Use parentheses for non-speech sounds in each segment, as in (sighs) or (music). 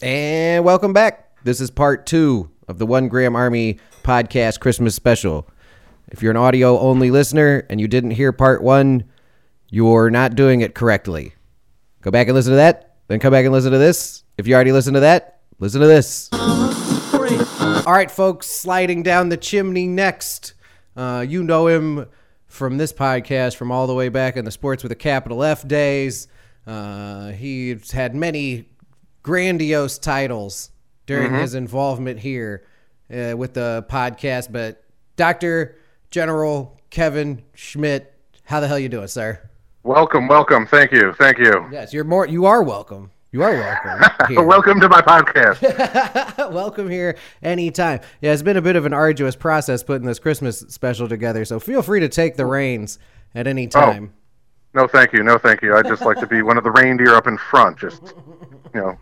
And welcome back. This is part two of the One Gram Army podcast Christmas special. If you're an audio only listener and you didn't hear part one, you're not doing it correctly. Go back and listen to that, then come back and listen to this. If you already listened to that, listen to this. All right, folks, sliding down the chimney next. Uh, you know him from this podcast from all the way back in the Sports with a Capital F days. Uh, he's had many grandiose titles during his involvement here uh, with the podcast. But Dr. General Kevin Schmidt, how the hell you doing, sir? Welcome, welcome. Thank you, thank you. Oh, Yes, you're more. You are welcome. You are welcome. here. Welcome to my podcast. (laughs) Welcome here anytime. Yeah, it's been a bit of an arduous process putting this Christmas special together, so feel free to take the reins at any time. No, thank you, no, thank you. I'd just like to be one of the reindeer up in front, just you know,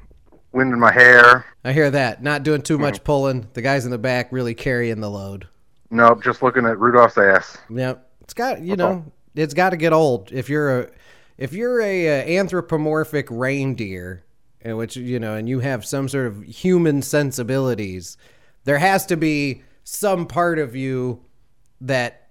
wind in my hair. I hear that. Not doing too much pulling. The guys in the back really carrying the load. Nope, just looking at Rudolph's ass. Yep. It's got you know, it's got to get old. If you're a if you're a, uh anthropomorphic reindeer, and which you know, and you have some sort of human sensibilities, there has to be some part of you that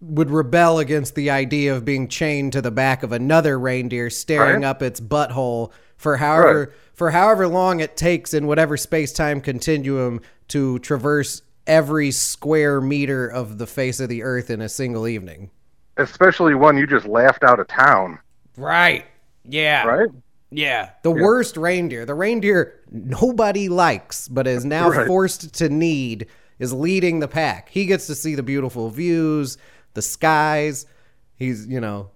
would rebel against the idea of being chained to the back of another reindeer staring Right. up its butthole for however for however long it takes in whatever space-time continuum to traverse every square meter of the face of the earth in a single evening. Especially one you just laughed out of town, Right. Yeah. right? Yeah. The worst reindeer, the reindeer nobody likes but is now Right. forced to need is leading the pack. He gets to see the beautiful views, the skies. He's, you know,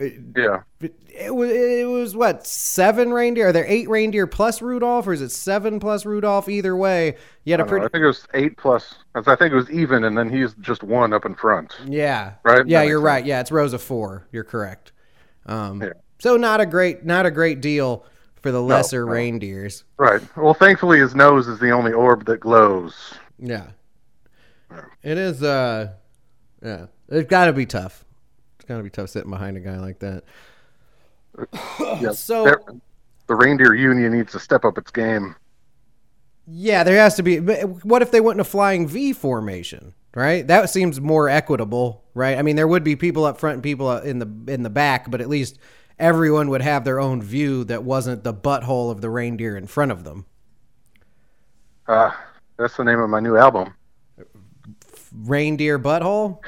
Yeah. it, it was it was what seven reindeer? Are there eight reindeer plus Rudolph, or is it seven plus Rudolph? Either way, you had a I don't know, pretty I think it was eight plus. I think it was even, and then he's just one up in front. yeah Right? yeah That makes you're sense. right yeah it's rows of four you're correct. Um, Yeah. so not a great not a great deal for the lesser reindeers. Right. Well, thankfully, his nose is the only orb that glows. Yeah. It is uh yeah. It's gotta be tough. It's gotta be tough sitting behind a guy like that. (coughs) Yeah. So There- the reindeer union needs to step up its game. yeah, there has to be but what if they went in a flying V formation, right? That seems more equitable, right? I mean there would be people up front and people in the in the back, but at least everyone would have their own view that wasn't the butthole of the reindeer in front of them. Uh, that's the name of my new album. (laughs) Reindeer butthole?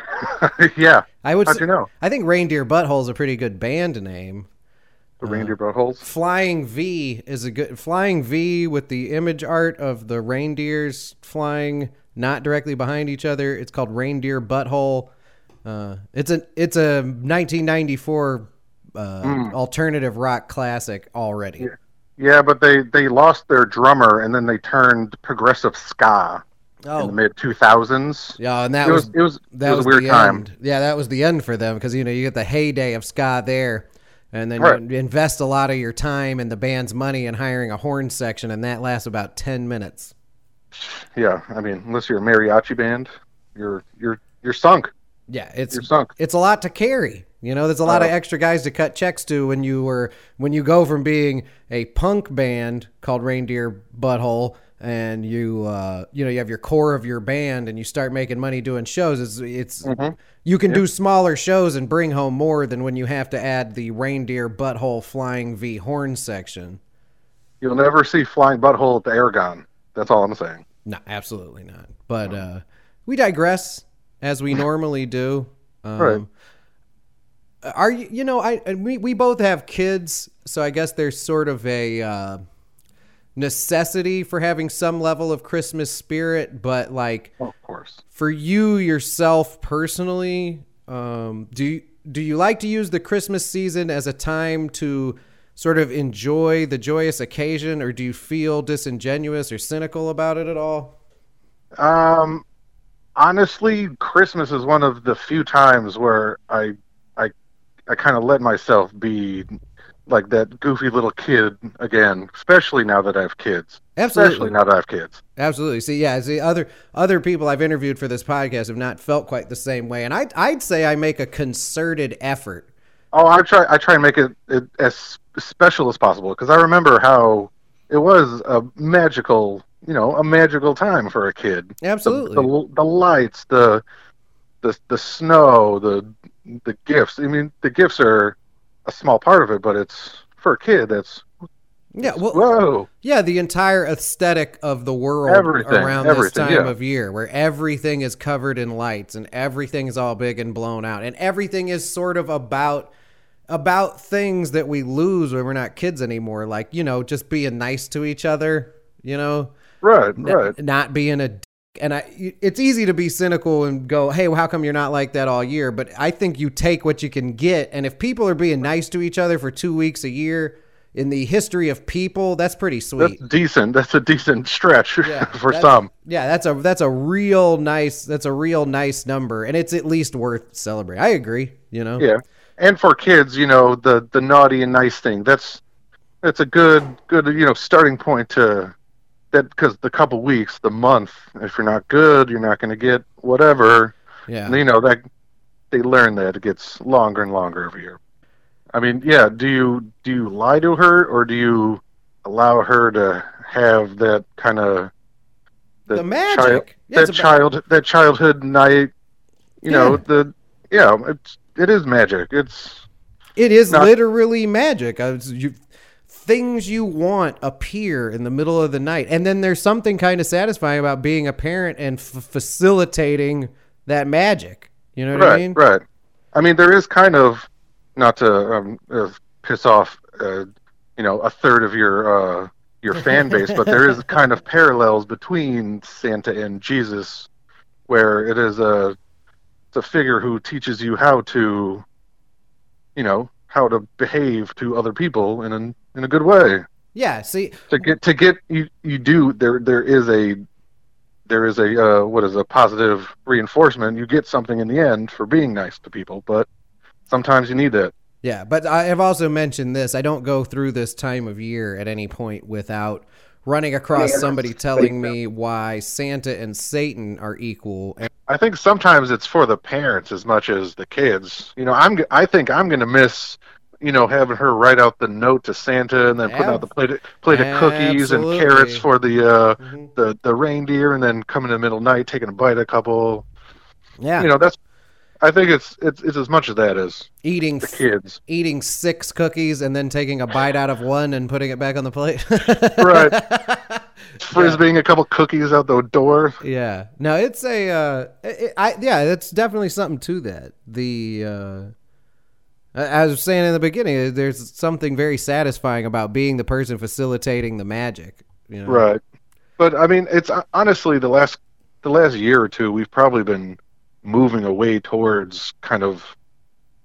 yeah. I would How'd s- you know? I think Reindeer Butthole's a pretty good band name. The Uh-huh. reindeer buttholes. Flying V is a good Flying V with the image art of the reindeers flying not directly behind each other. It's called Reindeer Butthole. Uh, it's a it's a 1994 uh, alternative rock classic already. Hmm. Yeah, but they they lost their drummer and then they turned progressive ska in the Oh, mid 2000s. yeah, and that it was, was it was that it was, was, a weird the time. end. Yeah, that was the end for them because you know you get the heyday of ska there, and then Right. you invest a lot of your time and the band's money in hiring a horn section, and that lasts about 10 minutes. Yeah, I mean, unless you're a mariachi band, you're you're you're sunk. Yeah, it's You're sunk. it's a lot to carry. You know, there's a lot of extra guys to cut checks to when you were when you go from being a punk band called Reindeer Butthole and you uh, you know you have your core of your band and you start making money doing shows. It's it's you can do smaller shows and bring home more than when you have to add the Reindeer Butthole Flying V horn section. You'll never see flying butthole at the Aragon. That's all I'm saying. No, absolutely not. But uh, we digress as we normally do. Um, Right. Are you? You know, I and we we both have kids, so I guess there's sort of a uh, necessity for having some level of Christmas spirit. But like Oh, of course. for you yourself personally, um, do you, do you like to use the Christmas season as a time to sort of enjoy the joyous occasion, or do you feel disingenuous or cynical about it at all? Um, honestly, Christmas is one of the few times where I, I, I kind of let myself be like that goofy little kid again. Especially now that I have kids. Especially Absolutely, now that I have kids. absolutely. See, yeah, see, other other people I've interviewed for this podcast have not felt quite the same way, and I I'd say I make a concerted effort. Oh, I try. I try and make it, it as special as possible because I remember how it was a magical, you know, a magical time for a kid. Absolutely. The, the, the lights, the the the snow, the the gifts. I mean, the gifts are a small part of it, but it's for a kid. That's yeah. Well, whoa. yeah. The entire aesthetic of the world Everything, around this everything, time yeah. of year, where everything is covered in lights and everything is all big and blown out, and everything is sort of about about things that we lose when we're not kids anymore, like you know, just being nice to each other. You know, Right, N- right. not being a dick. and I it's easy to be cynical and go, "Hey, well, how come you're not like that all year?" But I think you take what you can get, and if people are being nice to each other for 2 weeks a year in the history of people, that's pretty That's sweet. decent. That's a decent stretch Yeah, (laughs) for that's- some. Yeah, that's a that's a real nice that's a real nice number and it's at least worth celebrating. I agree, you know. Yeah. And for kids, you know, the the naughty and nice thing. That's that's a good good you know starting point to that because the couple weeks, the month. If you're not good, you're not going to get whatever. Yeah. And, you know that they learn that it gets longer and longer every year. I mean, yeah. Do you do you lie to her or do you allow her to have that kind of The, the magic. child- yeah, it's that about- child that childhood night? You know Yeah. the yeah. It's it is magic. It's It is Not- literally magic. I was- you- things you want appear in the middle of the night, and then there's something kind of satisfying about being a parent and f- facilitating that magic. You know what right, I mean? right. I mean, there is kind of not to um, uh, piss off, uh, you know, a third of your uh, (laughs) your fan base, but there is kind of parallels between Santa and Jesus, where it is a it's a figure who teaches you how to, you know, how to behave to other people in an, in a good way. Yeah. See, To get to get you you do there there is a there is a uh, what is a positive reinforcement. You get something in the end for being nice to people, but sometimes you need that. Yeah, but I have also mentioned this. I don't go through this time of year at any point without running across somebody telling me why Santa and Satan are equal. And I think sometimes it's for the parents as much as the kids. You know, I'm g- I think I'm gonna miss you know having her write out the note to Santa and then putting out the plate plate of cookies Absolutely. and carrots for the uh, the the reindeer and then coming in the middle of the night taking a bite of a couple. yeah, You know, that's I think it's it's it's as much of that as eating the kids. eating six cookies and then taking a bite out of one and putting it back on the plate. (laughs) Right. Yeah. frisbeeing a couple cookies out the door. (laughs) Yeah. No, it's a. Uh, it, I yeah, that's definitely something to that. The uh, I I was saying in the beginning, uh, there's something very satisfying about being the person facilitating the magic. You know? Right. But I mean, it's uh, honestly the last the last year or two we've probably been moving away towards kind of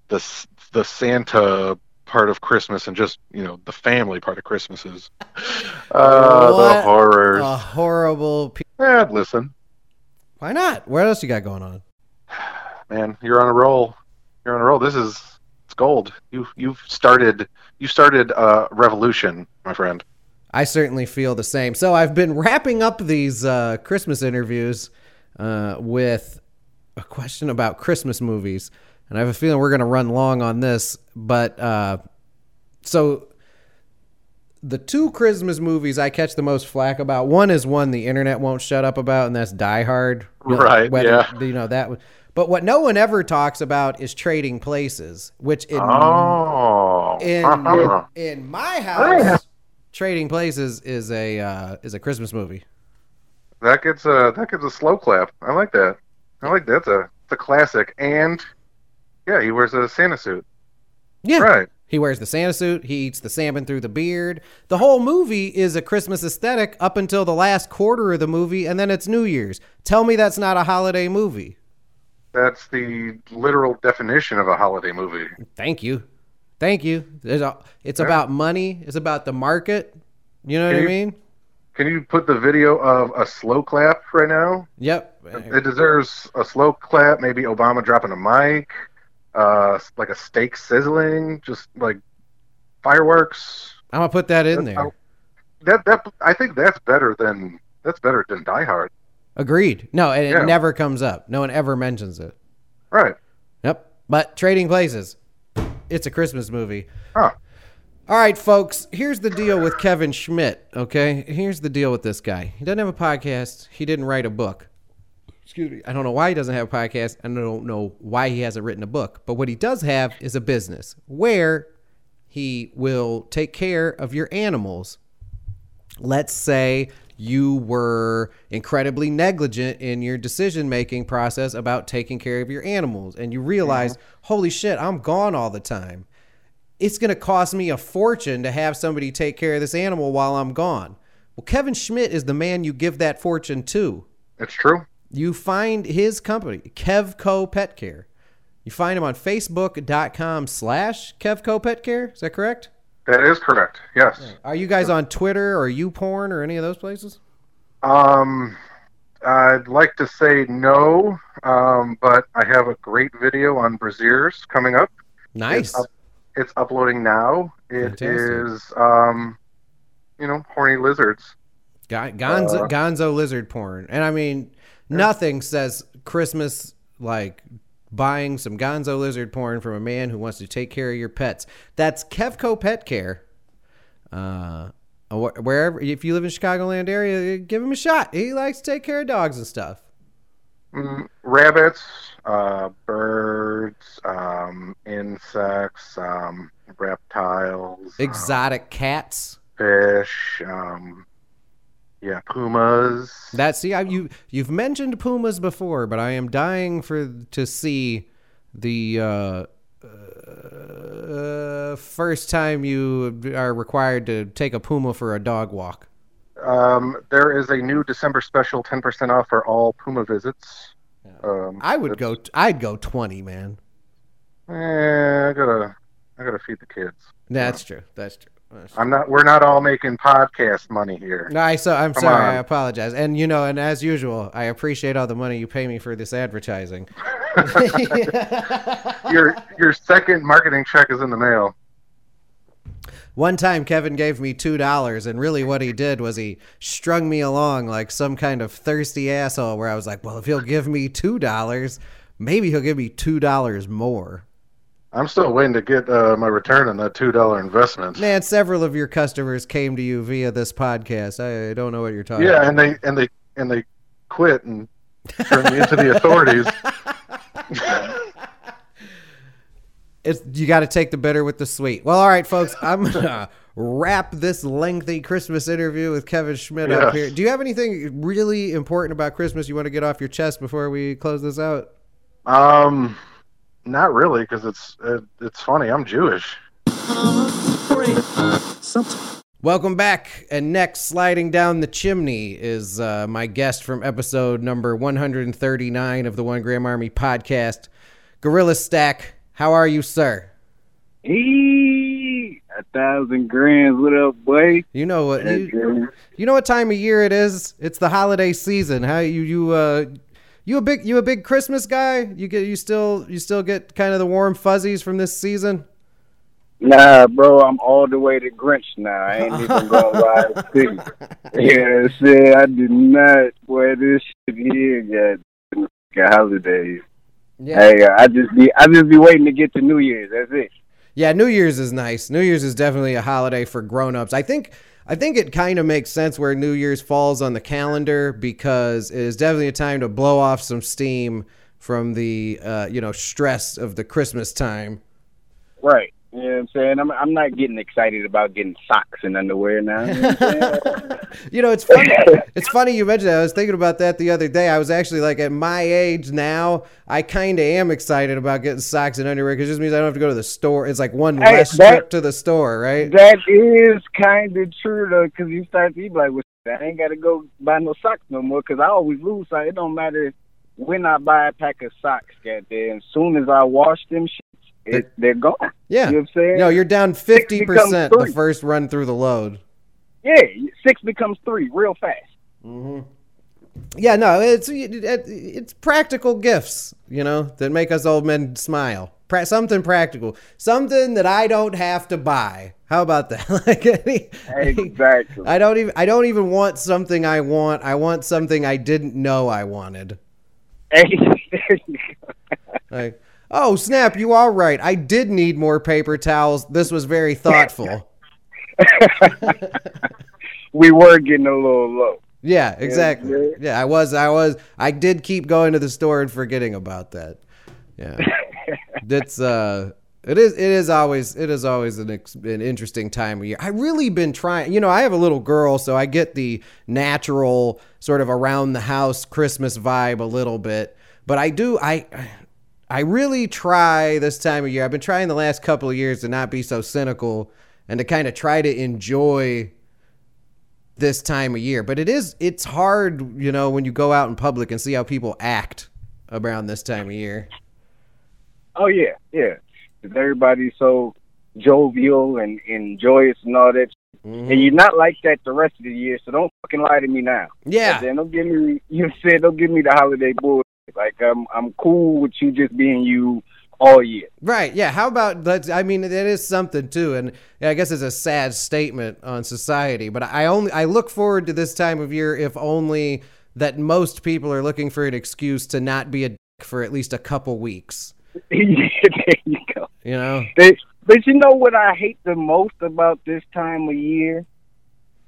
the s- the Santa part of Christmas and just you know the family part of Christmases. Uh, the What Oh. horrors. A horrible. Pe- Eh, listen, Why not? What else you got going on? man, you're on a roll. You're on a roll. This is it's gold. You you've started you started a revolution, my friend. I certainly feel the same. So I've been wrapping up these uh, Christmas interviews uh, with a question about Christmas movies, and I have a feeling we're going to run long on this. But uh, so the two Christmas movies I catch the most flack about one is one the internet won't shut up about, and that's Die Hard. You know, Right, yeah. You know that. one- But what no one ever talks about is Trading Places, which in Oh. in in my house trading places is a uh, is a christmas movie That gets a that gets a slow clap. I like that. I like that's a it's a classic. And yeah, he wears a Santa suit. yeah Right. he wears the santa suit he eats the salmon through the beard the whole movie is a christmas aesthetic up until the last quarter of the movie and then it's new year's tell me that's not a holiday movie That's the literal definition of a holiday movie. thank you thank you There's a, it's about money it's about the market you know what i Can mean Can you put the video of a slow clap right now? yep It deserves a slow clap. Maybe Obama dropping a mic, uh, like a steak sizzling, just like fireworks. i'm gonna put that in That's there how- That that I think that's better than that's better than Die Hard. agreed no and it Yeah. never comes up no one ever mentions it Right. Yep. But Trading Places, it's a Christmas movie. Huh. All right, folks, here's the deal with Kevin Schmidt, okay? Here's the deal with this guy. He doesn't have a podcast, he didn't write a book. Excuse me. I don't know why he doesn't have a podcast, and I don't know why he hasn't written a book. But what he does have is a business where he will take care of your animals. Let's say you were incredibly negligent in your decision making process about taking care of your animals, and you realize, holy shit, I'm gone all the time it's going to cost me a fortune to have somebody take care of this animal while I'm gone. Well, Kevin Schmidt is the man you give that fortune to. It's true. You find his company, Kevco Pet Care. You find him on Facebook.com slash Kevco Pet Care. Is that correct? That is correct. Yes. Are you guys on Twitter or YouPorn or any of those places? Um, I'd like to say no, um, but I have a great video on Braziers coming up. Nice. It's, up, it's uploading now. It Fantastic. is, um, you know, horny lizards. Gon- Gonzo, Gonzo lizard porn. And I mean, nothing says Christmas like buying some Gonzo lizard porn from a man who wants to take care of your pets. That's Kevco Pet Care. Uh, wh- wherever, if you live in Chicagoland area, give him a shot. He likes to take care of dogs and stuff. Mm, rabbits, uh, birds, um, insects, um, reptiles, um, Exotic cats. fish. Um, yeah, pumas. That see, I, you you've mentioned pumas before, but I am dying for to see the uh, uh, first time you are required to take a puma for a dog walk. Um, there is a new December special, ten percent off for all Puma visits. Um, I would go. I'd go twenty, man. Eh, I gotta, I gotta feed the kids. That's true. That's true. That's true. I'm not. We're not all making podcast money here. (laughs) No, I so I'm sorry. on. I apologize. And you know, and as usual, I appreciate all the money you pay me for this advertising. (laughs) Your your second marketing check is in the mail. One time, Kevin gave me two dollars, and really, what he did was he strung me along like some kind of thirsty asshole. Where I was like, "Well, if he'll give me two dollars, maybe he'll give me two dollars more." I'm still waiting to get uh, my return on that two dollar investment. Man, several of your customers came to you via this podcast. I, I don't know what you're talking. Yeah, and they and they and they quit and turned me into the authorities. it's you got to take the bitter with the sweet. Well, all right, folks, I'm gonna wrap this lengthy Christmas interview with Kevin Schmidt up Yes. here. Do you have anything really important about Christmas you want to get off your chest before we close this out? Um, not really, because it's it, it's funny. I'm Jewish. Welcome back. And next, sliding down the chimney, is uh, my guest from episode number 139 of the One Gram Army podcast, Gorilla Stack. How are you, sir? Hey, a thousand grand. What up, boy? You know what That's you, good. you know what time of year it is. It's the holiday season. How you you uh you a big you a big Christmas guy? You get you still you still get kind of the warm fuzzies from this season. Nah, bro, I'm all the way to Grinch now. I ain't even (laughs) gonna lie to you. Yeah, shit, I do not. Boy, this shit here got fucking holidays. Yeah, Hey, I just be, I just be waiting to get to New Year's. That's it. Yeah, New Year's is nice. New Year's is definitely a holiday for grown-ups. I think I think it kind of makes sense where New Year's falls on the calendar because it is definitely a time to blow off some steam from the uh, you know stress of the Christmas time. (laughs) Right. You know what I'm saying? I'm, I'm not getting excited about getting socks and underwear now. You know what I'm saying? You know, it's funny. it's funny you mentioned that. I was thinking about that the other day. I was actually like, at my age now, I kind of am excited about getting socks and underwear because it just means I don't have to go to the store. It's like one Hey, less that- trip to the store, right? That is kind of true though, 'cause you start to be like, well, shit, I ain't got to go buy no socks no more 'cause I always lose. So it don't matter when I buy a pack of socks. Goddamn, as soon as I wash them, shits, it, they're gone. yeah. You know what I'm saying? No, you're down fifty percent the three. first run through the load. yeah, six becomes three real (laughs) fast. Yeah, no, it's it- it's practical gifts, you know, that make us old men smile. Pra- something practical, something that I don't have to buy. How about that? (laughs) like any, Exactly. (laughs) I don't even I don't even want something I want. I want something I didn't know I wanted. Like, oh snap, you are right. I did need more paper towels. This was very thoughtful. we were getting a little low. Yeah, exactly. yeah. Yeah, I was, I was, I did keep going to the store and forgetting about that. Yeah, that's uh, it is, it is always, it is always an ex- an interesting time of year. I really been trying, you know, I have a little girl, so I get the natural sort of around the house Christmas vibe a little bit, but I do, I. I really try this time of year. I've been trying the last couple of years to not be so cynical and to kind of try to enjoy this time of year. But it is it's hard, you know, when you go out in public and see how people act around this time of year. Oh yeah, yeah. 'Cause Everybody's so jovial and, and joyous and all that. Mm-hmm. And you're not like that the rest of the year, so don't fucking lie to me now. Yeah. Then don't give me you said don't give me the holiday bullshit. Like I'm I'm cool with you just being you all year. (laughs) Right. Yeah. How about that's I mean, that is something too, and I guess it's a sad statement on society. But I only I look forward to this time of year if only that most people are looking for an excuse to not be a dick for at least a couple weeks. Yeah, there you go. You know? They, but you know what I hate the most about this time of year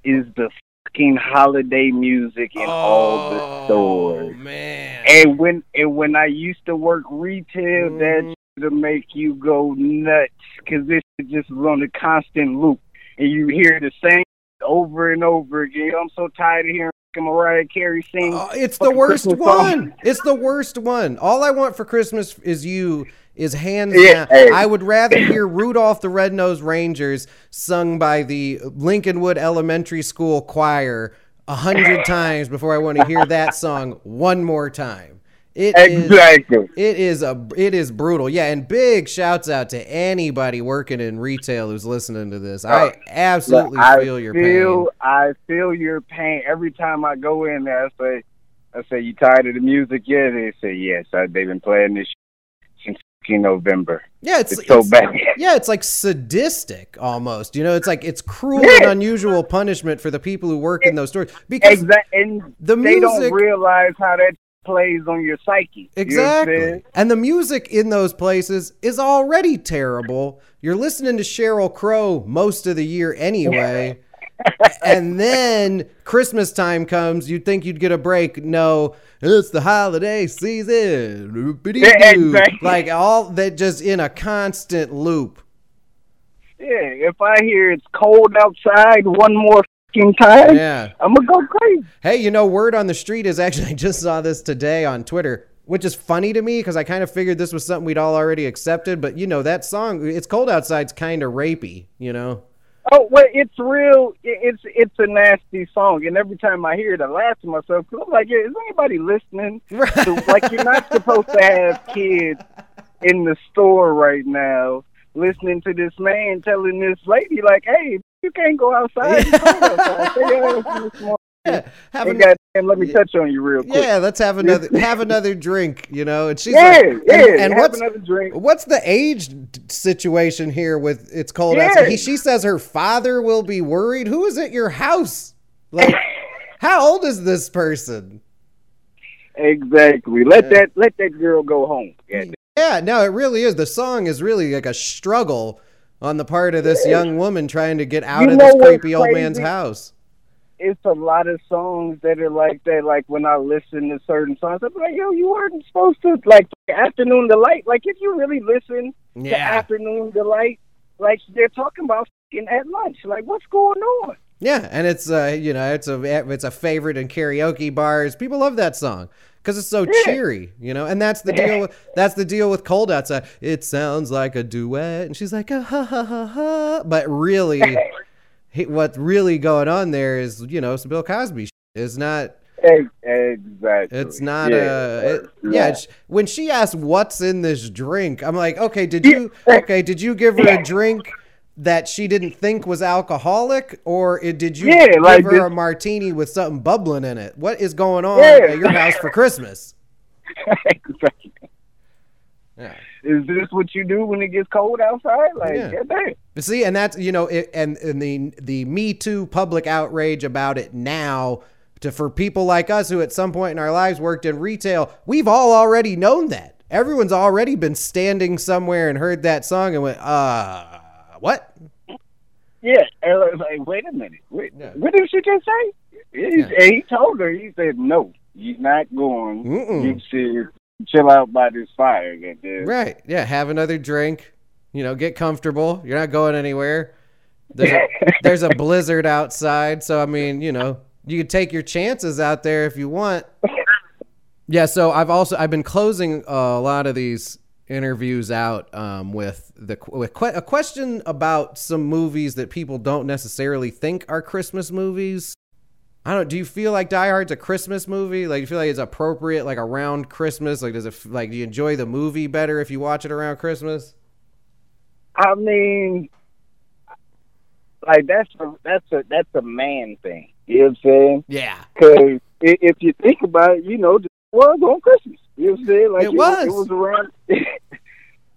is the fucking holiday music in all Oh. the stores. man. And when and when I used to work retail, Mm. that to make you go nuts because this shit just was on a constant loop, and you hear the same over and over again. I'm so tired of hearing fucking Mariah Carey sing. Oh, it's the fucking worst Christmas one. song. It's the worst one. All I want for Christmas is you. Is hands Yeah, down. hey. I would rather hear Rudolph the Red-Nosed Rangers sung by the Lincolnwood Elementary School choir a hundred times before I want to hear that song one more time. It is- (laughs) exactly. it is a it is brutal. Yeah, and big shouts out to anybody working in retail who's listening to this. I absolutely Uh, Look, I feel your feel, pain. I feel your pain every time I go in there. I say, I say, you tired of the music? Yeah. They say, yes. I, they've been playing this shit since fucking November. Yeah, It's, so bad. (laughs) Yeah, it's like sadistic almost. You know, it's like it's cruel and Yeah. unusual punishment for the people who work in those stores because Exactly. And the they don't music realize how that plays on your psyche. You know what I'm exactly, saying? and the music in those places is already terrible. You're listening to Cheryl Crow most of the year (laughs) anyway. and then Christmas time comes, you'd think you'd get a break. No, it's the holiday season. Yeah, (laughs) exactly. Like all that just in a constant loop. Yeah, if I hear it's cold outside one more fucking time, Yeah. I'm gonna go crazy. Hey, you know, word on the street is actually, (laughs) I just saw this today on Twitter, which is funny to me because I kind of figured this was something we'd all already accepted. But, you know, that song, It's Cold Outside's kind of rapey, you know? Oh, well, it's real. i- It's it's a nasty song, and every time I hear it, I laugh to myself 'cause I'm like, yeah, is (laughs) anybody listening? So, like, you're not supposed to have kids in the store right now listening to this man telling this lady, like, hey, you can't go (laughs) outside. It's cold outside. Stay your ass in this mother- Yeah, have And an- goddamn, let me touch on you real quick. yeah let's have another (laughs) have another drink, you know? And she's Yeah, like, and- yeah. and, have what's, Oh. another drink. what's the age d- situation here with It's Cold Yeah. Outside? He, she says her father will be worried. Who is at your house? (laughs) Like, how old is this person? Exactly. Let that let that girl go home. Yeah. Yeah, no, it really is. The song is really like a struggle on the part of this young woman trying to get out You of this know what's creepy old man's crazy? house. It's a lot of songs that are like that. Like when I listen to certain songs, I'm like, yo, you weren't supposed to like afternoon delight. Like if you really listen to Yeah. afternoon delight, like they're talking about fucking at lunch. Like what's going on? Yeah, and it's uh, you know, it's a it's a favorite in karaoke bars. People love that song cuz it's so cheery, you know. And that's the deal with, that's the deal with Cold Outside. It sounds like a duet and she's like ah, ha ha ha ha, but really (laughs) he- what's really going on there is, you know, some Bill Cosby shit. It's not Ex- Exactly. It's not yeah. a it- Yeah. yeah. sh when she asked what's in this drink, I'm like, okay, did you okay? Did you give her a drink that she didn't think was alcoholic, or it, did you Yeah, give like her this- a martini with something bubbling in it? What is going on Yeah. at your house for Christmas? (laughs) Exactly. Yeah. Is this what you do when it gets cold outside? Like, Yeah. goddamn. But See, and that's you know, it, and and the the Me Too public outrage about it now to for people like us who at some point in our lives worked in retail, we've all already known that. Everyone's already been standing somewhere and heard that song and went, uh, what? Yeah, and I was like, wait a minute, wait, Yeah. what did she just say? He, Yeah. and he told her, he said, no, you're not going. Mm-mm. You should chill out by this fire, goddamn. Mm. Right. Yeah. Have another drink. You know, get comfortable. You're not going anywhere. There's a, there's a blizzard outside. So, I mean, you know, you could take your chances out there if you want. Yeah. So, I've also, I've been closing uh, a lot of these interviews out um, with the qu- with que- a question about some movies that people don't necessarily think are Christmas movies. I don't. Do you feel like Die Hard's a Christmas movie? Like, do you feel like it's appropriate, like around Christmas? Like, does it f- like do you enjoy the movie better if you watch it around Christmas? (laughs) I mean, like that's a that's a that's a man thing. You know what I'm saying? Yeah, Because if you think about it, you know, it was on Christmas. You know what I'm saying? Like It was. It was around. (laughs) you know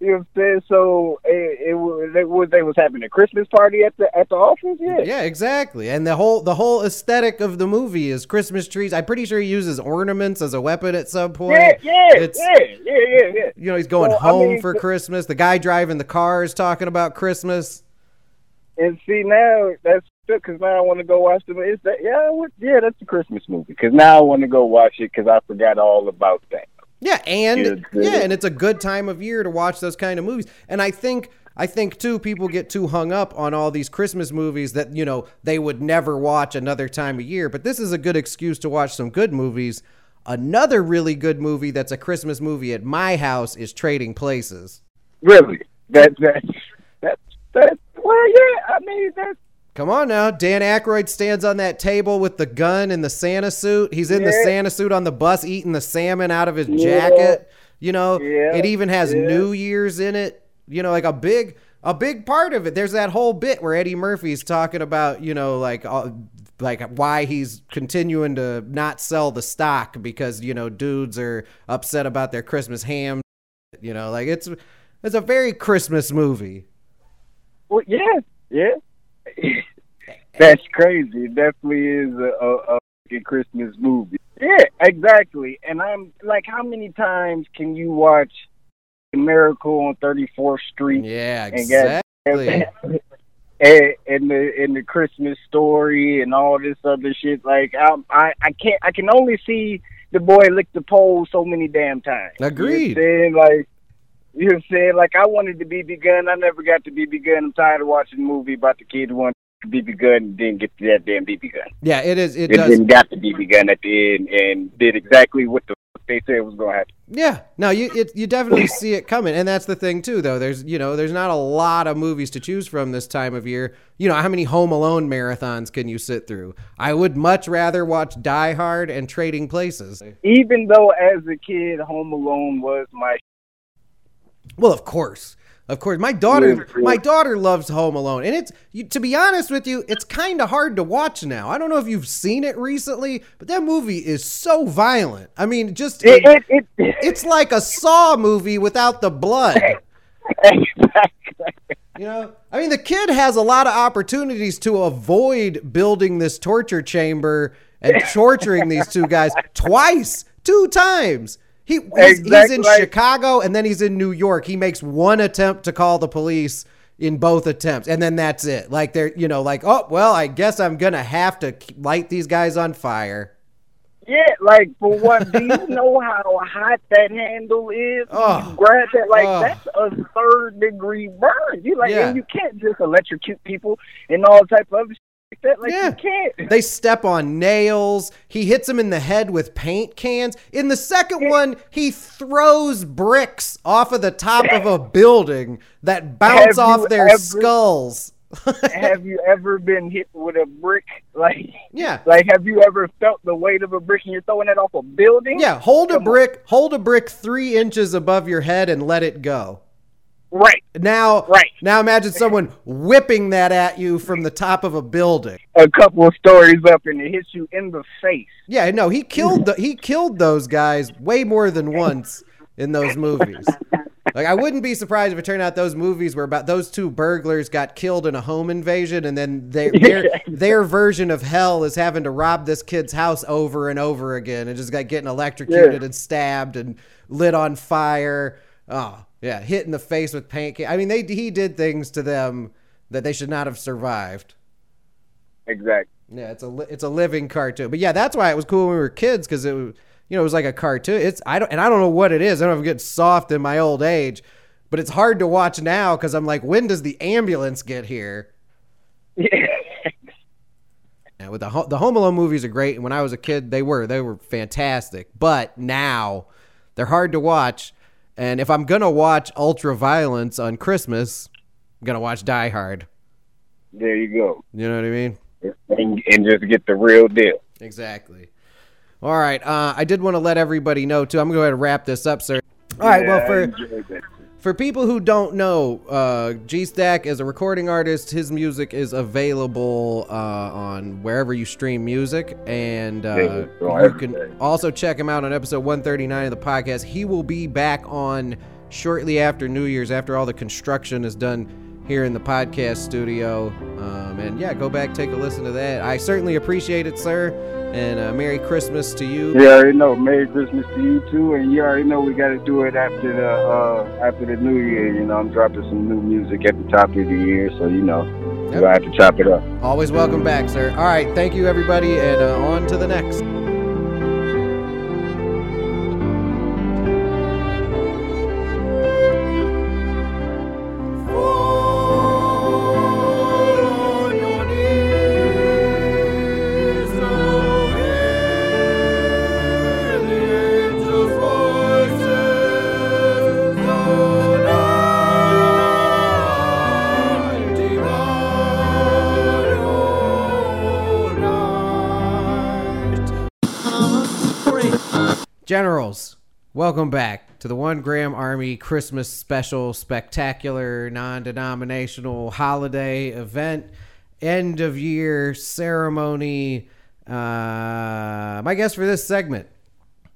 what I'm saying? So it, it was they was they was having a Christmas party at the at the office. Yeah. (laughs) yeah, exactly. And the whole the whole aesthetic of the movie is Christmas trees. I'm pretty sure he uses ornaments as a weapon at some point. Yeah, yeah, It's- yeah, yeah, yeah, yeah. You know, he's going Well, I home mean, for the- Christmas. The guy driving the car is talking about Christmas. And see now that's because now I want to go watch the It's that yeah, what, yeah, that's a Christmas movie. Because now I want to go watch it because I forgot all about that. Yeah, and Yeah, yeah, yeah. and it's a good time of year to watch those kind of movies. And I think I think too people get too hung up on all these Christmas movies that, you know, they would never watch another time of year, but this is a good excuse to watch some good movies. Another really good movie that's a Christmas movie at my house is Trading Places. Really? That that that that well yeah, I mean that's Come on now, Dan Aykroyd stands on that table with the gun and the Santa suit. He's in the Yeah. Santa suit on the bus eating the salmon out of his Yeah. jacket. You know, Yeah. it even has Yeah. New Year's in it. You know, like a big a big part of it. There's that whole bit where Eddie Murphy's talking about, you know, like all, like why he's continuing to not sell the stock because, you know, dudes are upset about their Christmas ham. You know, like it's it's a very Christmas movie. well, yeah, yeah. (laughs) that's crazy. It definitely is a, a, a fucking Christmas movie. Yeah, exactly. And I'm like, how many times can you watch Miracle on 34th Street Yeah, And guess- exactly. and, and the and the Christmas story and all this other shit? Like, I'm, I I can't I can only see the boy lick the pole so many damn times. Agreed. You know what I'm saying? Like, you know what I'm saying? Like, I wanted the BB gun. I never got the BB gun. I'm tired of watching a movie about the kid who wanted the BB gun and didn't get to that damn BB gun. Yeah, it is. It and does. then got the BB gun at the end and did exactly what the fuck they said was going to happen. Yeah. No, you it, you definitely see it coming, and that's the thing too. Though there's you know there's not a lot of movies to choose from this time of year. You know how many Home Alone marathons can you sit through? I would much rather watch Die Hard and Trading Places. Even though as a kid, Home Alone was my Well, of course. Of course, my daughter, my daughter loves Home Alone, and it's you, to be honest with you, it's kind of hard to watch now. I don't know if you've seen it recently, but that movie is so violent. I mean, just it it, it, (laughs) it's like a Saw movie without the blood. You know, I mean, the kid has a lot of opportunities to avoid building this torture chamber and torturing these two guys twice, two times. He, he's, he's in Exactly. Chicago and then he's in New York. He makes one attempt to call the police in both attempts, and then that's it. Like they're, you know, like oh well, I guess I'm gonna have to k- light these guys on fire. Yeah, like for what? Do (laughs) you know how hot that handle is? Oh. you grab that, like Oh. that's a third degree burn. You like, Yeah. and you can't just electrocute people and all type of other shit like that. Like Yeah. you (laughs) can't. They step on nails. He hits him in the head with paint cans. In the second one, he throws bricks off of the top of a building that bounce Have you off their ever- skulls. (laughs) have you ever been hit with a brick? Like, yeah. like have you ever felt the weight of a brick and you're throwing it off a building? Yeah. Hold a Come on. brick, hold a brick three inches above your head and let it go. right. Now, Right. now imagine someone whipping that at you from the top of a building. A couple of stories up and it hits you in the face. Yeah, no, he killed the, he killed those guys way more than once in those movies. Like I wouldn't be surprised if it turned out those movies were about those two burglars got killed in a home invasion, and then their their, their version of hell is having to rob this kid's house over and over again, and just like getting electrocuted Yeah. and stabbed and lit on fire. Oh yeah, hit in the face with paint. Can- I mean, they he did things to them that they should not have survived. (laughs) Exactly. Yeah, it's a li- it's a living cartoon. But yeah, that's why it was cool when we were kids because it was you know it was like a cartoon. It's I don't and I don't know what it is. I don't know if it gets soft in my old age, but it's hard to watch now because I'm like, when does the ambulance get here? Yeah, with the Ho- the Home Alone movies are great. And when I was a kid, they were they were fantastic. But now they're hard to watch. And if I'm gonna watch Ultra Violence on Christmas, I'm gonna watch Die Hard. there you go. You know what I mean? And, and just get the real deal. Exactly. All right. Uh, I did want to let everybody know too. I'm going to go ahead and wrap this up, sir. All right. Yeah, well, I for enjoyed that. for people who don't know, uh, G Stack is a recording artist. His music is available uh, on wherever you stream music, and uh, Yeah, on you can everything. also check him out on episode 139 of the podcast. He will be back on shortly after New Year's, after all the construction is done here in the podcast studio. Um, and yeah, go back take a listen to that. I certainly appreciate it, sir, and uh, Merry Christmas to you. You already know. Merry Christmas to you too, and you already know we got to do it after the uh, after the New Year. You know, I'm dropping some new music at the top of the year, so you know Yep. you have to chop it up. Always welcome back, sir. All right, thank you, everybody, and uh, on to the next. Generals, welcome back to the One Gram Army Christmas Special Spectacular Non Denominational Holiday Event End of Year Ceremony. Uh, my guest for this segment,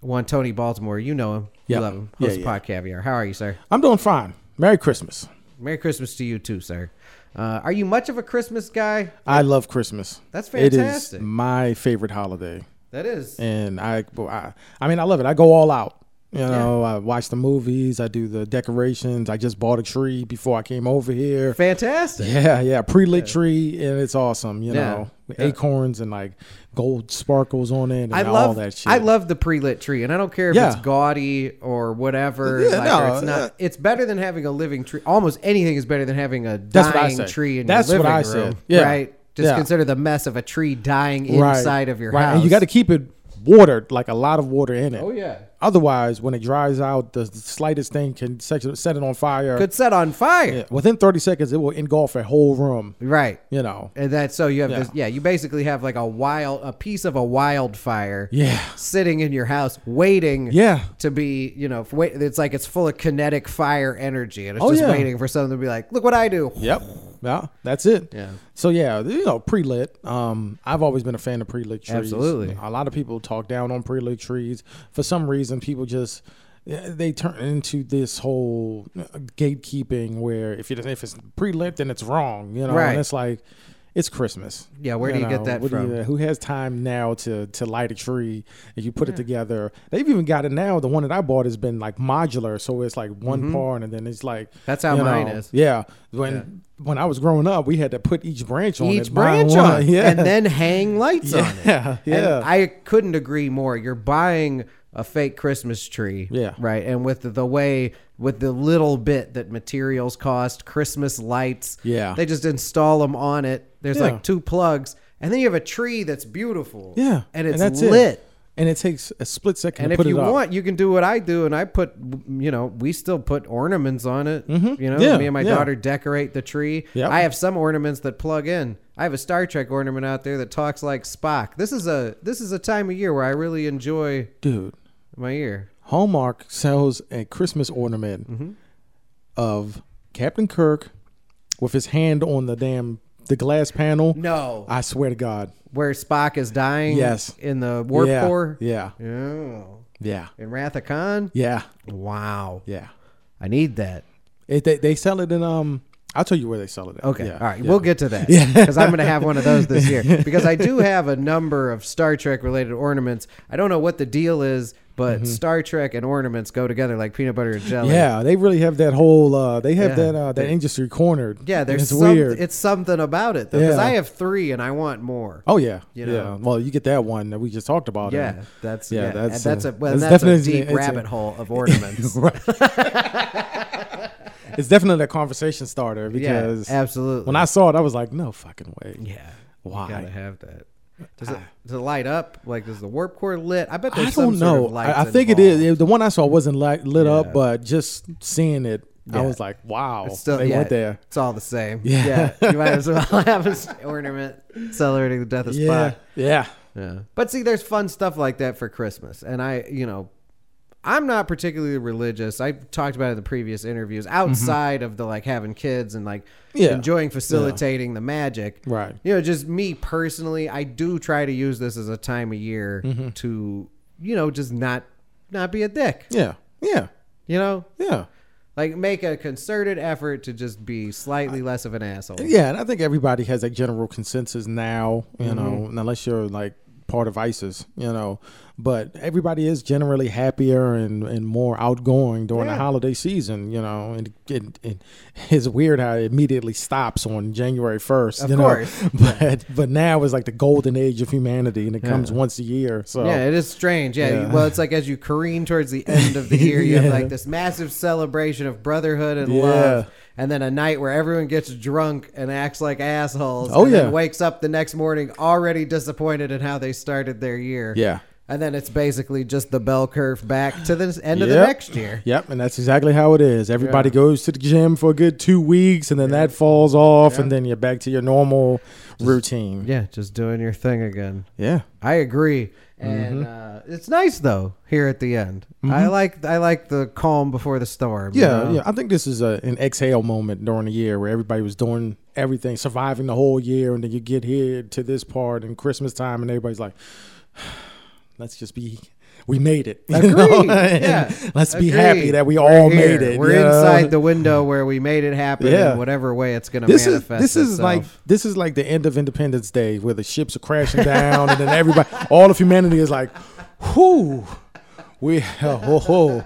one Tony Baltimore. You know him. Yeah. You love him. Yeah, Host of yeah. Pod Caviar. How are you, sir? I'm doing fine. Merry Christmas. Merry Christmas to you, too, sir. Uh, are you much of a Christmas guy? I love Christmas. That's It fantastic. is my favorite holiday, That is. and I, I, I mean, I love it. I go all out. You know, I watch the movies. I do the decorations. I just bought a tree before I came over here. Fantastic. Yeah, yeah, pre-lit tree, and it's awesome. You Yeah. know, with acorns and like gold sparkles on it, and I all love that shit. I love the pre lit tree, and I don't care if it's Yeah. gaudy or whatever. Yeah, like, or no, it's not. yeah. It's better than having a living tree. Almost anything is better than having a That's what I dying said. tree in That's your what living I room. said. Yeah. Right. Just Yeah. consider the mess of a tree dying Right, inside of your right, house. and you got to keep it watered, like a lot of water in it. Oh yeah. Otherwise, when it dries out, the slightest thing can set set it on fire. Could set on fire. Yeah, within 30 seconds, it will engulf a whole room. Right. You know. And that so you have Yeah. this. Yeah. You basically have like a wild, a piece of a wildfire. Yeah. Sitting in your house, waiting. Yeah. to be, you know, wait, it's like it's full of kinetic fire energy, and it's Oh, just yeah. waiting for someone to be like, "Look what I do." Yep. Yeah. That's it. Yeah. So yeah, you know, pre lit. Um, I've always been a fan of pre lit trees. Absolutely. A lot of people talk down on pre lit trees for some reason. People just they turn into this whole uh, gatekeeping where if you if it's pre lit, then it's wrong. You know, Right. and it's like. It's Christmas. Yeah, where do you get that what from? who has time now to to light a tree and you put it together? They've even got it now. The one that I bought has been like modular, so it's like one part, and then it's like Mm-hmm. That's how you mine is. yeah. When when I was growing up, we had to put each branch on Each it, buy branch one. (laughs) on, yeah, and then hang lights on it. (laughs) yeah, yeah. And I couldn't agree more. You're buying a fake Christmas tree, Yeah. right? And with the, the way, with the little bit that materials cost, Christmas lights, Yeah. they just install them on it. There's Yeah. like two plugs, and then you have a tree that's beautiful, yeah, and it's that's it. lit. and it takes a split second. And to if put you it up. want, you can do what I do, and I put, you know, we still put ornaments on it. You know, Mm-hmm. Yeah, me and my yeah. daughter decorate the tree. Yep. I have some ornaments that plug in. I have a Star Trek ornament out there that talks like Spock. This is a this is a time of year where I really enjoy dude, my ear. Hallmark sells a Christmas ornament Mm-hmm. of Captain Kirk with his hand on the damn the glass panel. No, I swear to God, where Spock is dying. Yes. in the warp yeah, core. yeah, Oh. yeah, in Wrath of Khan. yeah, Wow, yeah. I need that. It, they, they sell it in um I'll tell you where they sell it. At. Okay. Yeah, All right. yeah. We'll get to that (laughs) Yeah. because I'm going to have one of those (laughs) this year because I do have a number of Star Trek related ornaments. I don't know what the deal is, but Star Trek and ornaments go together like peanut butter and jelly. Mm-hmm. Yeah, they really have that whole. uh They have Yeah. that uh that industry cornered. Yeah. And There's it's some, weird. It's something about it because Yeah. I have three and I want more. oh yeah, you yeah. know. Well, you get that one that we just talked about. uh, yeah. (laughs) and- That's Oh, yeah, yeah. that's, That's, uh, a well. That's, that's a definitely- deep it's a- rabbit hole of (laughs) ornaments. it's definitely that conversation starter yeah. because Absolutely. when I saw it, I was like, no fucking way. yeah. Why? Gotta have that. Does it, does it light up? Like, does the warp core lit? I bet there's I don't some sort of know. lights I, I think it involved. is. it- The one I saw wasn't light, lit Yeah. up, but just seeing it, I Yeah. was like, wow. It's still, they yeah, went there. It's all the same. Yeah. Yeah. You might (laughs) as well have an ornament celebrating the death of Yeah. Spock. Yeah. Yeah. But see, there's fun stuff like that for Christmas. And I, you know, I'm not particularly religious. I talked about it in the previous interviews outside of the like having kids and like Mm-hmm. Yeah. enjoying facilitating the magic. Right. You know, just me personally, I do try to use this as a time of year Mm-hmm. to, you know, just not not be a dick. Yeah. Yeah. You know? Yeah. Like make a concerted effort to just be slightly less of an asshole. Yeah. And I think everybody has a general consensus now, you know, and unless you're like part of ISIS, you know, but everybody is generally happier and, and more outgoing during the holiday season, you know, and, and, and it's weird how it immediately stops on January 1st, of you know, course. (laughs) but, but now is like the golden age of humanity and it comes once a year. So Yeah, it is strange. Yeah, Yeah. well, it's like as you careen towards the end (laughs) of the year, you Yeah. have like this massive celebration of brotherhood and Yeah. love, and then a night where everyone gets drunk and acts like assholes. Oh, and yeah. then wakes up the next morning already disappointed in how they started their year. Yeah. and then it's basically just the bell curve back to the end of the Yep. next year. Yep, and that's exactly how it is. Everybody goes to the gym for a good two weeks, and then that falls off, and then you're back to your normal routine. Yeah, just doing your thing again. Yeah, I agree, Mm-hmm. and uh, it's nice though here at the end. I like I like the calm before the storm. you yeah, know? yeah. I think this is a, an exhale moment during the year where everybody was doing everything, surviving the whole year, and then you get here to this part and Christmas time, and everybody's like, (sighs) "Let's just be." We made it. (laughs) You (laughs) know? Agreed. And Yeah. Let's be Agreed. happy that we We're all here. made it. We're you know? inside (laughs) the window where we made it happen Yeah. in whatever way it's going to this is manifest. this is itself. like this is like the end of Independence Day where the ships are crashing down and then everybody all of humanity is like, whoo, we ho, ho,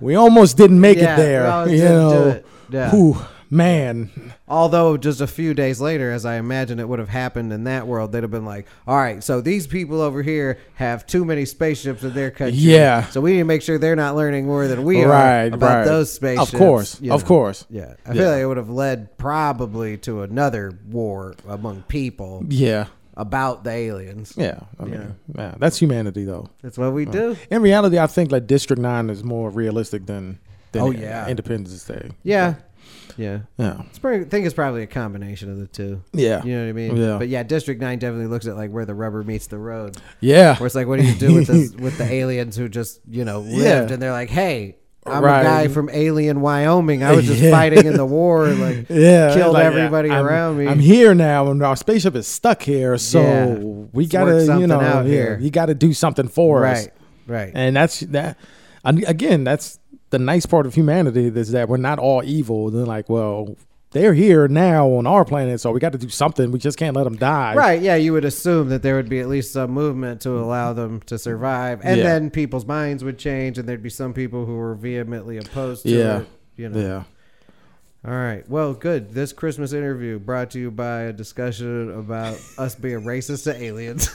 we almost didn't make Yeah, it we there, almost you didn't do know, it. Yeah. whew, man, Although just a few days later, as I imagine it would have happened in that world, they'd have been like, "All right, so these people over here have too many spaceships in their country. Yeah. so we need to make sure they're not learning more than we Right, are about right. those Of spaceships. course, you of course. Yeah, I Yeah. feel like it would have led probably to another war among people yeah, about the aliens. yeah, I mean, yeah, that's humanity though. That's what we do. In reality, I think like District Nine is more realistic than than Oh, yeah. Independence Day. Yeah, yeah. Yeah, It's probably, I think it's probably a combination of the two. Yeah. You know what I mean? Yeah. But yeah, District 9 definitely looks at like where the rubber meets the road. yeah, Where it's like, what do you do with (laughs) this with the aliens who just, you know, lived Yeah. and they're like, Hey, I'm Right. a guy from alien Wyoming. I was just (laughs) Yeah. fighting in the war, like yeah, (laughs) killed like, everybody I'm- around me. I'm here now, and our spaceship is stuck here, so Yeah. we Let's gotta, work you something know, out yeah, here. you gotta do something for us, right. Right. and that's that. and Again, that's the nice part of humanity is that we're not all evil. They're like, well, they're here now on our planet, so we got to do something. We just can't let them die, Right, yeah, you would assume that there would be at least some movement to allow them to survive, and Yeah. then people's minds would change, and there'd be some people who were vehemently opposed to Yeah. it. You know, Yeah, All right. Well, good. This Christmas interview brought to you by a discussion about (laughs) us being racist to aliens.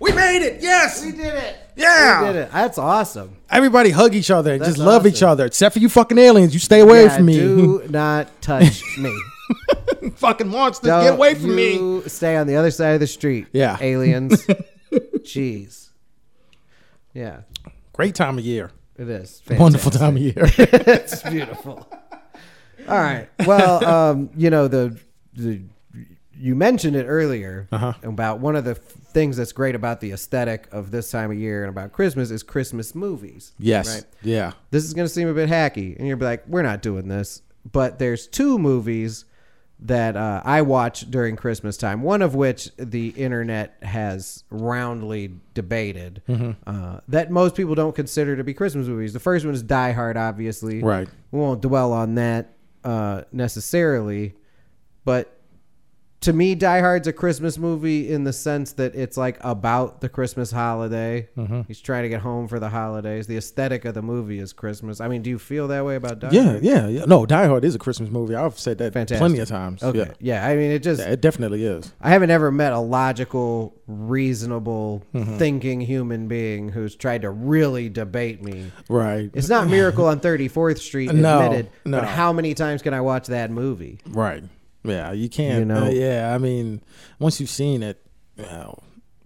we made it. Yes, we did it. Yeah. We did it. That's awesome. everybody hug each other and That's just love each awesome. other, except for you fucking aliens. You stay away Yeah, from me, Do not touch me. (laughs) fucking monsters. Don't Get away from me. you Stay on the other side of the street. Yeah. (laughs) Aliens. Jeez. Yeah. Great time of year. It is. Wonderful Fantastic. time of year. it's beautiful. (laughs) All right. Well, um, you know the the you mentioned it earlier Uh-huh. about one of the f- things that's great about the aesthetic of this time of year and about Christmas is Christmas movies. (laughs) yes. Right. Yeah. This is going to seem a bit hacky, and you'll be like, "We're not doing this." But there's two movies that uh, I watch during Christmas time. One of which the internet has roundly debated Mm-hmm. uh, that most people don't consider to be Christmas movies. The first one is Die Hard, obviously. Right. We won't dwell on that uh, necessarily, but to me, Die Hard's a Christmas movie in the sense that it's like about the Christmas holiday. Mm-hmm. He's trying to get home for the holidays. The aesthetic of the movie is Christmas. I mean, do you feel that way about Die? Hard? Yeah, yeah, yeah. No, Die Hard is a Christmas movie. I've said that Fantastic. plenty of times. Okay. Yeah. Yeah. I mean, it just Yeah, it definitely is. I haven't ever met a logical, reasonable, Mm-hmm. thinking human being who's tried to really debate me. Right. (laughs) It's not Miracle on 34th Street No, admitted, no. but how many times can I watch that movie? Right. Yeah, you can't. You know? uh, yeah, I mean, once you've seen it, you, know,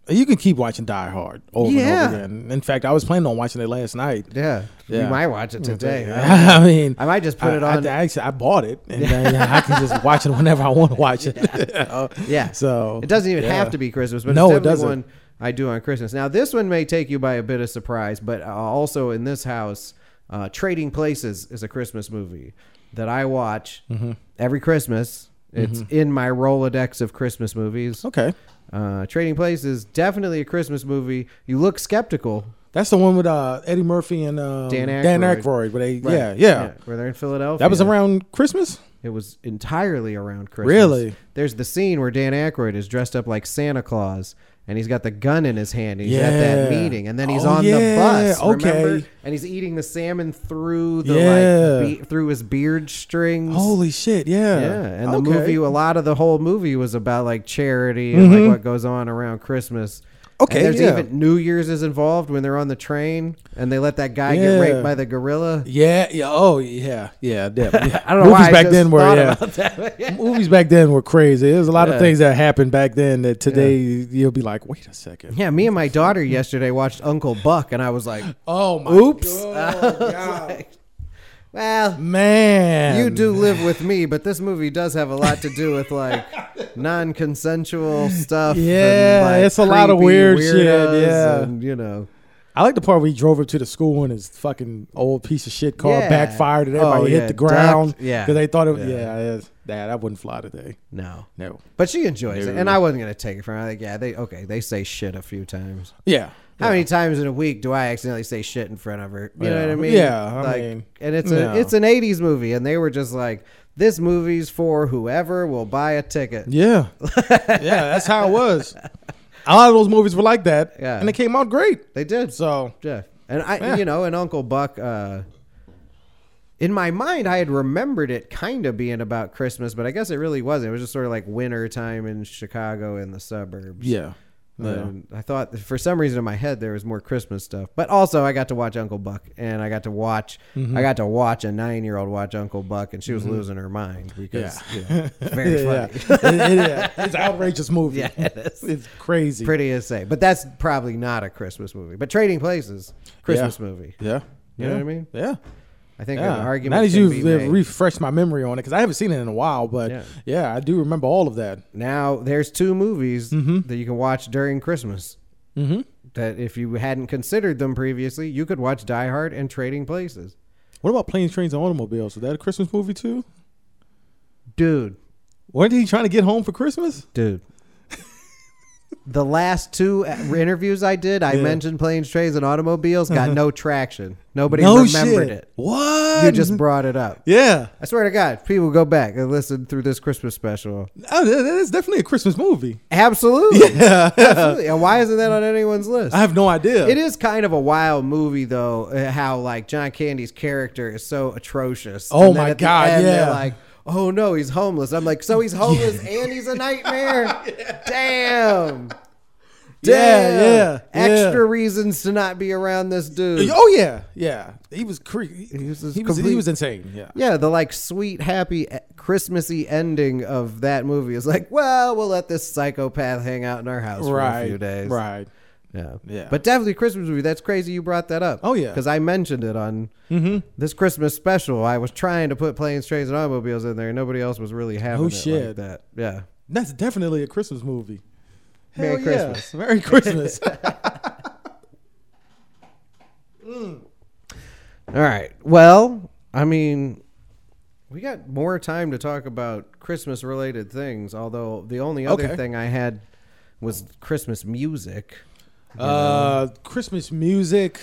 you can keep watching Die Hard over Yeah. and over again. In fact, I was planning on watching it last night. Yeah. Yeah. You might watch it (laughs) today. huh? I mean, I might just put it I- on. I, actually, I bought it, (laughs) and then, yeah, I can just watch it whenever I want to watch it. Uh, yeah. (laughs) So It doesn't even yeah. have to be Christmas, but No, it's it definitely doesn't. one I do on Christmas. Now, this one may take you by a bit of surprise, but uh, also in this house, uh, Trading Places is a Christmas movie that I watch Mm-hmm. every Christmas. It's in my Rolodex of Christmas movies. Okay, Uh, Trading Places definitely a Christmas movie. You look skeptical, that's the one with uh, Eddie Murphy and um, Dan Aykroyd. Aykroyd. But they, Right. yeah, yeah, where they're in Philadelphia. that was around Christmas. It was entirely around Christmas. Really? There's the scene where Dan Aykroyd is dressed up like Santa Claus and he's got the gun in his hand. He's at that Yeah. meeting and then he's Oh, on the yeah. bus. Remember? Okay. And he's eating the salmon through the Yeah. like be- through his beard strings. Holy shit! Yeah, yeah, and the Okay. movie, a lot of the whole movie was about like charity and like what goes on around Christmas. Mm-hmm. Okay, and there's yeah. even New Year's is involved when they're on the train and they let that guy get Yeah. raped by the gorilla. Yeah, yeah, oh yeah, yeah, definitely. Yeah. (laughs) I don't know why movies I back just then were thought yeah. about that. movies back then were crazy. There's a lot Yeah. of things that happened back then that today you'll be like, wait a second. Yeah, me and my daughter yesterday watched Uncle Buck, and I was (laughs) like, Oh my "Oops." (laughs) God, "Well, man, you do live with me, but this movie does have a lot to do with (laughs) like non-consensual stuff." and, Yeah, like, it's a lot of creepy weird shit, weirdos yeah. and, you know, I like the part where he drove up to the school and his fucking old piece of shit car Yeah. backfired and Oh, everybody hit yeah, the ground. ducked. Yeah. because they thought it. Yeah. Yeah, yeah that that wouldn't fly today. no, No. but she enjoys it, No. and I wasn't gonna take it from her. Like, yeah, they okay, they say shit a few times. Yeah. How many times in a week do I accidentally say shit in front of her? You know Yeah. what I mean? Yeah, I like, mean, and it's a no. it's an '80s movie, and they were just like, "This movie's for whoever will buy a ticket." Yeah. (laughs) yeah, that's how it was. A lot of those movies were like that. Yeah. And they came out great. They did. So Yeah. And I, Yeah. you know, and Uncle Buck, uh, in my mind, I had remembered it kind of being about Christmas, but I guess it really wasn't. It was just sort of like winter time in Chicago in the suburbs. Yeah. Yeah. And Um, I thought for some reason in my head there was more Christmas stuff, but also I got to watch Uncle Buck, and I got to watch Mm-hmm. I got to watch a nine year old watch Uncle Buck, and she was losing her mind because (laughs) yeah, it's very Yeah, funny, (laughs) yeah. It- it- yeah. (laughs) It's an outrageous movie. Yeah, it is. It's (laughs) crazy. pretty to say. But that's probably not a Christmas movie. But Trading Places, Christmas movie. Yeah. You know what I mean? Yeah. I think Yeah. an now argument. that can you've be uh, made. refreshed my memory on it, because I haven't seen it in a while, but Yeah. yeah. I do remember all of that. now there's two movies Mm-hmm. that you can watch during Christmas. That if you hadn't considered them previously, you could watch Die Hard and Trading Places. What about Planes, Trains, and Automobiles? Is that a Christmas movie too? Dude, Weren't he trying to get home for Christmas? dude. (laughs) the last two uh, interviews I did, I mentioned planes, trains, and automobiles. Got Uh-huh. no traction. Nobody remembered it. What? You Uh-huh. just brought it up. yeah. I swear to God, people go back and listen through this Christmas special. Oh, that- that is definitely a Christmas movie. (laughs) Absolutely. Absolutely. And why isn't that on anyone's list? I have no idea. It is kind of a wild movie, though, uh, how like John Candy's character is so atrocious. Oh then my at the God, end, they're yeah. Like, oh no, he's homeless. I'm like, so (laughs) he's homeless and he's a nightmare. Damn. Yeah, yeah, Extra yeah. reasons to not be around this dude. Oh yeah, yeah. He was creepy. He was was just he was, complete- insane. Yeah. Yeah, the like sweet, happy, eh, Christmassy ending of that movie is like, well, we'll let this psychopath hang out in our house for Right. a few days. Right. Yeah. Yeah. But definitely Christmas movie. That's crazy you brought that up. Oh, yeah. Mm-hmm. Because I mentioned it on this Christmas special. I was trying to put planes, trains, and automobiles in there, and nobody else was really having Oh, it like shit. that. Yeah. That's definitely a Christmas movie. Merry Hell yeah. Christmas. Merry Christmas. (laughs) All right. Well, I mean, We got more time to talk about Christmas related things, although the only other Okay. thing I had was Christmas music. Uh, Christmas music.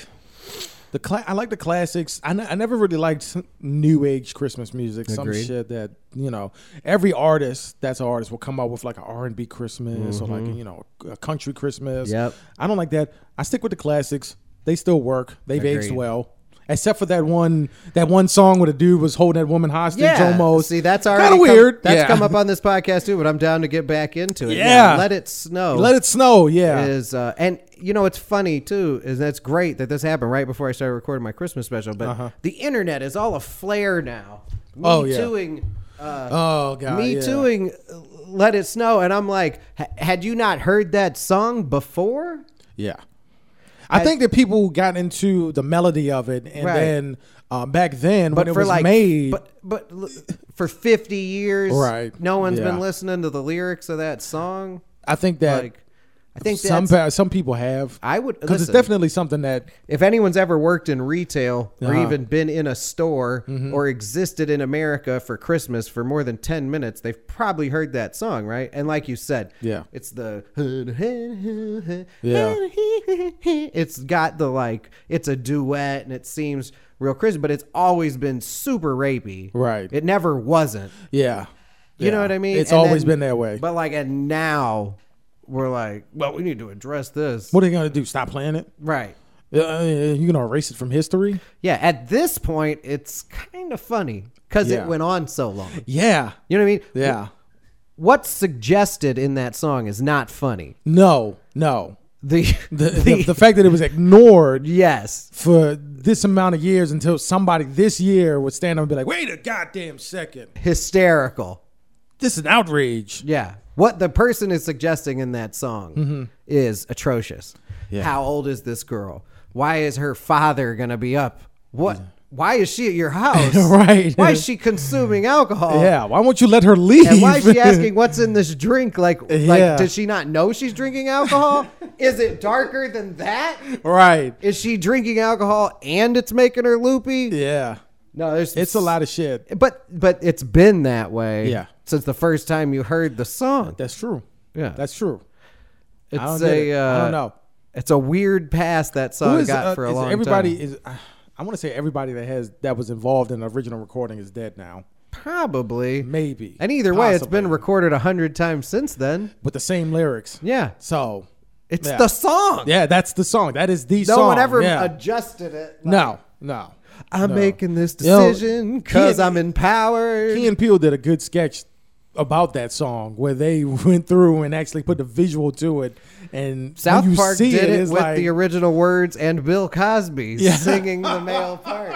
The cla- I like the classics. I ne- I never really liked s- new age Christmas music. Some Agreed. shit that you know every artist that's an artist will come out with like an R and B Christmas or like you know a country Christmas. Mm-hmm. Yep. I don't like that. I stick with the classics. They still work. They've aged Agreed. well. Except for that one, that one song where the dude was holding that woman hostage. almost. See, that's Kinda already come- weird. that's Yeah. come up on this podcast too, but I'm down to get back into it. Yeah. let it snow. (laughs) Let it snow. Yeah. is uh, and you know it's funny too is that's great that this happened right before I started recording my Christmas special. But the internet is all aflare now. Me Uh-huh. Oh, yeah. tooing, uh, oh god. me yeah. tooing. uh, Let it snow, and I'm like, "Ha- had you not heard that song before? Yeah. I, think that people got into the melody of it, and Right. then uh, back then But when it for was like, made, but but l- for 50 years, Right. No one's Yeah. been listening to the lyrics of that song. I think that Like, I think some that's, pa- some people have I would because it's listen. definitely something that if anyone's ever worked in retail or Uh-huh. Mm-hmm. even been in a store or existed in America for Christmas for more than 10 minutes, they've probably heard that song, right? And like you said, Yeah. it's the Yeah. (laughs) It's got the like it's a duet and it seems real Christmas, but it's always been super rapey. Right. It never wasn't. yeah, You know Yeah. what I mean? It's And always then- been that way. But like and now we're like, well, we need to address this. what are they gonna do? Stop playing it? Right. Uh, you gonna erase it from history? Yeah, at this point, it's kind of funny because Yeah. it went on so long. Yeah, You know what I mean? yeah. What's suggested in that song is not funny. (laughs) No, no. The (laughs) The, the, the fact that it was ignored yes, for this amount of years until somebody this year would stand up and be like, "Wait a goddamn second! hysterical. This is an outrage." Yeah, what the person is suggesting in that song Mm-hmm. is atrocious. How old is this girl? Why is her father gonna be up? What? Why is she at (laughs) your house? Right. Why is she consuming alcohol? (laughs) Yeah, why won't you let her leave? Um, And why is she asking what's in this drink? Like, Yeah. like does she not know she's drinking alcohol? is it darker than that? (laughs) right. Is she drinking alcohol and it's making her loopy? Yeah. No, there's It's a lot of shit. But but it's been that way. Yeah. Since the first time you heard the song. That's true. Yeah. That's true. it's I don't, get a it. uh, I don't know. It's a weird pass that song is, got uh, for a is long everybody time. is (sighs) uh, I want to say everybody that has that was involved in the original recording is dead now. Probably. Maybe. And either way, it's been Possibly. recorded a hundred times since then. with the same lyrics. Yeah. So, It's Yeah. the song. yeah, that's the song. That is the No song. one ever yeah. adjusted it. No. No. I'm No. making this Yo, decision because he- I'm empowered. Key and Peele did a good sketch about that song where they (laughs) went through and actually put the visual to it. And when South you Park see did it, it's with like- the original words and Bill Cosby Yeah. singing the male part.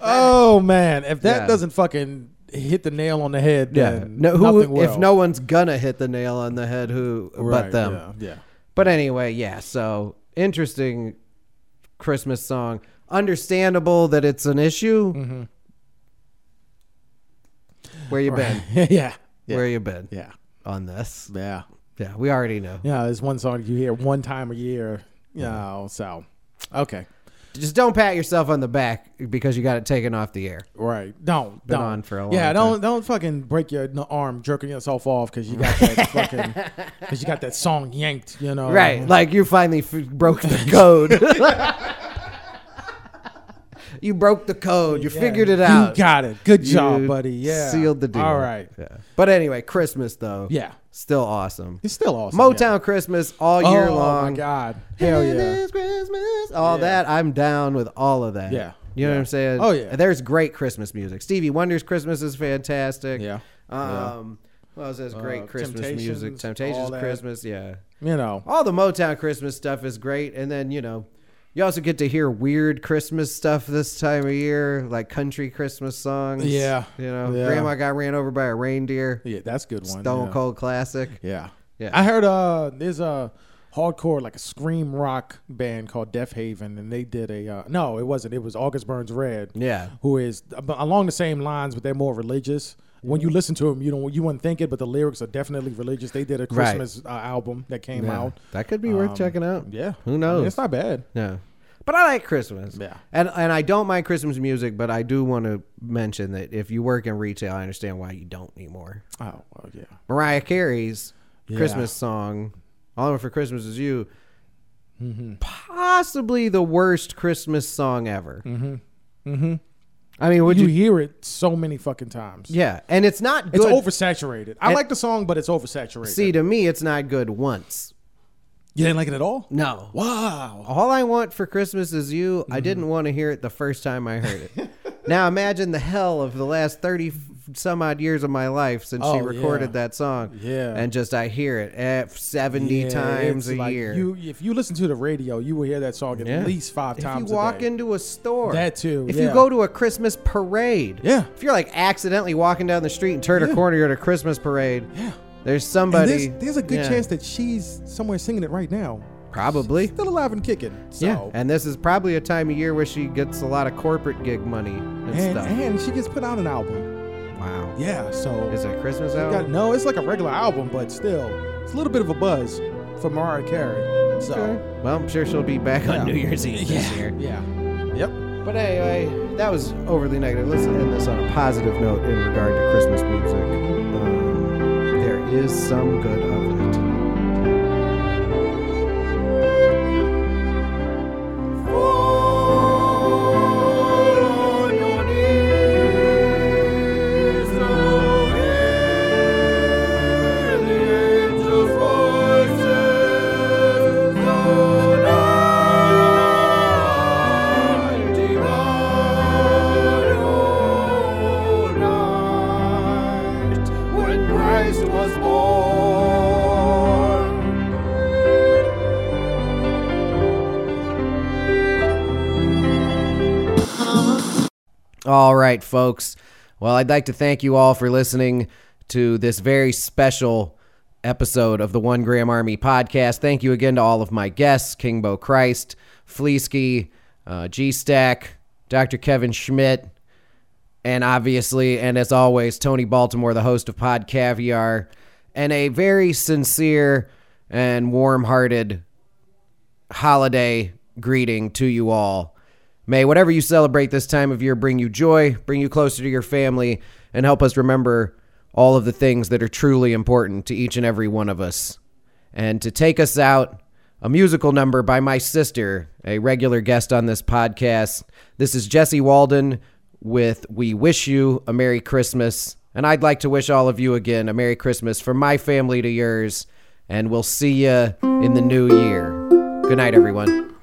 Oh man, if that Yeah. doesn't fucking hit the nail on the head, (laughs) Yeah. then No, who, nothing will. if no one's gonna hit the nail on the head, who but Right, them? Yeah, yeah. But anyway, yeah. So interesting Christmas song. Understandable that it's an issue. Mm-hmm. Where you been? (laughs) yeah, yeah, yeah, Where you been yeah, on this? yeah. Yeah, we already know. There's one song you hear one time a year. You know, so okay, Just don't pat yourself on the back because you got it taken off the air. right. Don't Been don't on for a long yeah. time. Don't don't fucking break your n- arm jerking yourself off because you got (laughs) that fucking because you got that song yanked. You know, Right, like you finally f- broke the code. (laughs) you broke the code. You figured it out. You got it. Good You job, buddy. Yeah, sealed the deal. All right. Yeah. But anyway, Christmas though. Yeah. still awesome. It's still awesome. Motown yeah. Christmas all year oh, long. my god. Hell It yeah. is Christmas. All Yeah. that I'm down with all of that. Yeah. you know what I'm saying. Oh, yeah. there's great Christmas music. Stevie Wonder's Christmas is fantastic. Yeah. Um, well, there's great Uh, Christmas music. Temptations, all Temptations that. Christmas. Yeah You know. all the Motown Christmas stuff is great, and then you know, you also get to hear weird Christmas stuff this time of year, like country Christmas songs. Yeah. you know, Yeah. Grandma got ran over by a reindeer. Yeah, that's a good one. Stone yeah. Cold classic. Yeah. Yeah. I heard uh there's a hardcore like a scream rock band called Death Haven and they did a uh, no, it wasn't. It was August Burns Red. Yeah. Who is ab- along the same lines but they're more religious. When Mm-hmm. you listen to them, you don't you wouldn't think it, but the lyrics are definitely religious. They did a Right. Christmas uh, album that came out. That could be worth Um, checking out. Yeah, who I mean, knows? it's not bad. no, But I like Christmas. Yeah. And and I don't mind Christmas music, but I do want to mention that if you work in retail, I understand why you don't anymore. Oh, well, yeah. Mariah Carey's Yeah. Christmas song, All I Want for Christmas Is You, Mm-hmm. possibly the worst Christmas song ever. Mm-hmm. Mm-hmm. I mean, would You you? hear it so many fucking times. Yeah. And it's not good. It's oversaturated. I And- like the song, but it's oversaturated. See, to me, it's not good once. you didn't like it at all? No. Wow. All I want for Christmas is you. Mm-hmm. I didn't want to hear it the first time I heard it. (laughs) now imagine the hell of the last 30 f- some odd years of my life since she Oh, recorded yeah. that song. Yeah. And just I hear it eh, 70 Yeah, times it's a like year. You, if you listen to the radio, you will hear that song at Yeah. least five if times. you walk a day. into a store, That too, If you yeah. go to a Christmas parade, Yeah. If you're like accidentally walking down the street and turn a corner, you're at a Christmas parade. Yeah. There's And somebody. there's, there's a good Yeah. chance that she's somewhere singing it right now. Probably. Still alive and kicking. So. Yeah. And this is probably a time of year where she gets a lot of corporate gig money and, and, stuff. and she gets put on an album. wow. Yeah, so Is it a Christmas got, album? no, it's like a regular album, but still, it's a little bit of a buzz for Mariah Carey. So Okay. Well, I'm sure she'll be back Yeah. on New Year's Eve this year. (laughs) yeah, yep. But anyway, that was overly negative. Let's end this on a positive note in regard to Christmas music. Um, there is some good of it. All right, folks. Well, I'd like to thank you all for listening to this very special episode of the One Gram Army podcast. Thank you again to all of my guests King Bo Christ, Fleesky, uh, G Stack, Dr. Kevin Schmidt, and obviously, and as always, Tony Baltimore, the host of Pod Caviar, and a very sincere and warm hearted holiday greeting to you all. May whatever you celebrate this time of year bring you joy, bring you closer to your family, and help us remember all of the things that are truly important to each and every one of us. And to take us out, a musical number by my sister, a regular guest on this podcast. This is Jesse Walden with We Wish You a Merry Christmas. And I'd like to wish all of you again a Merry Christmas from my family to yours. And we'll see you in the new year. Good night, everyone.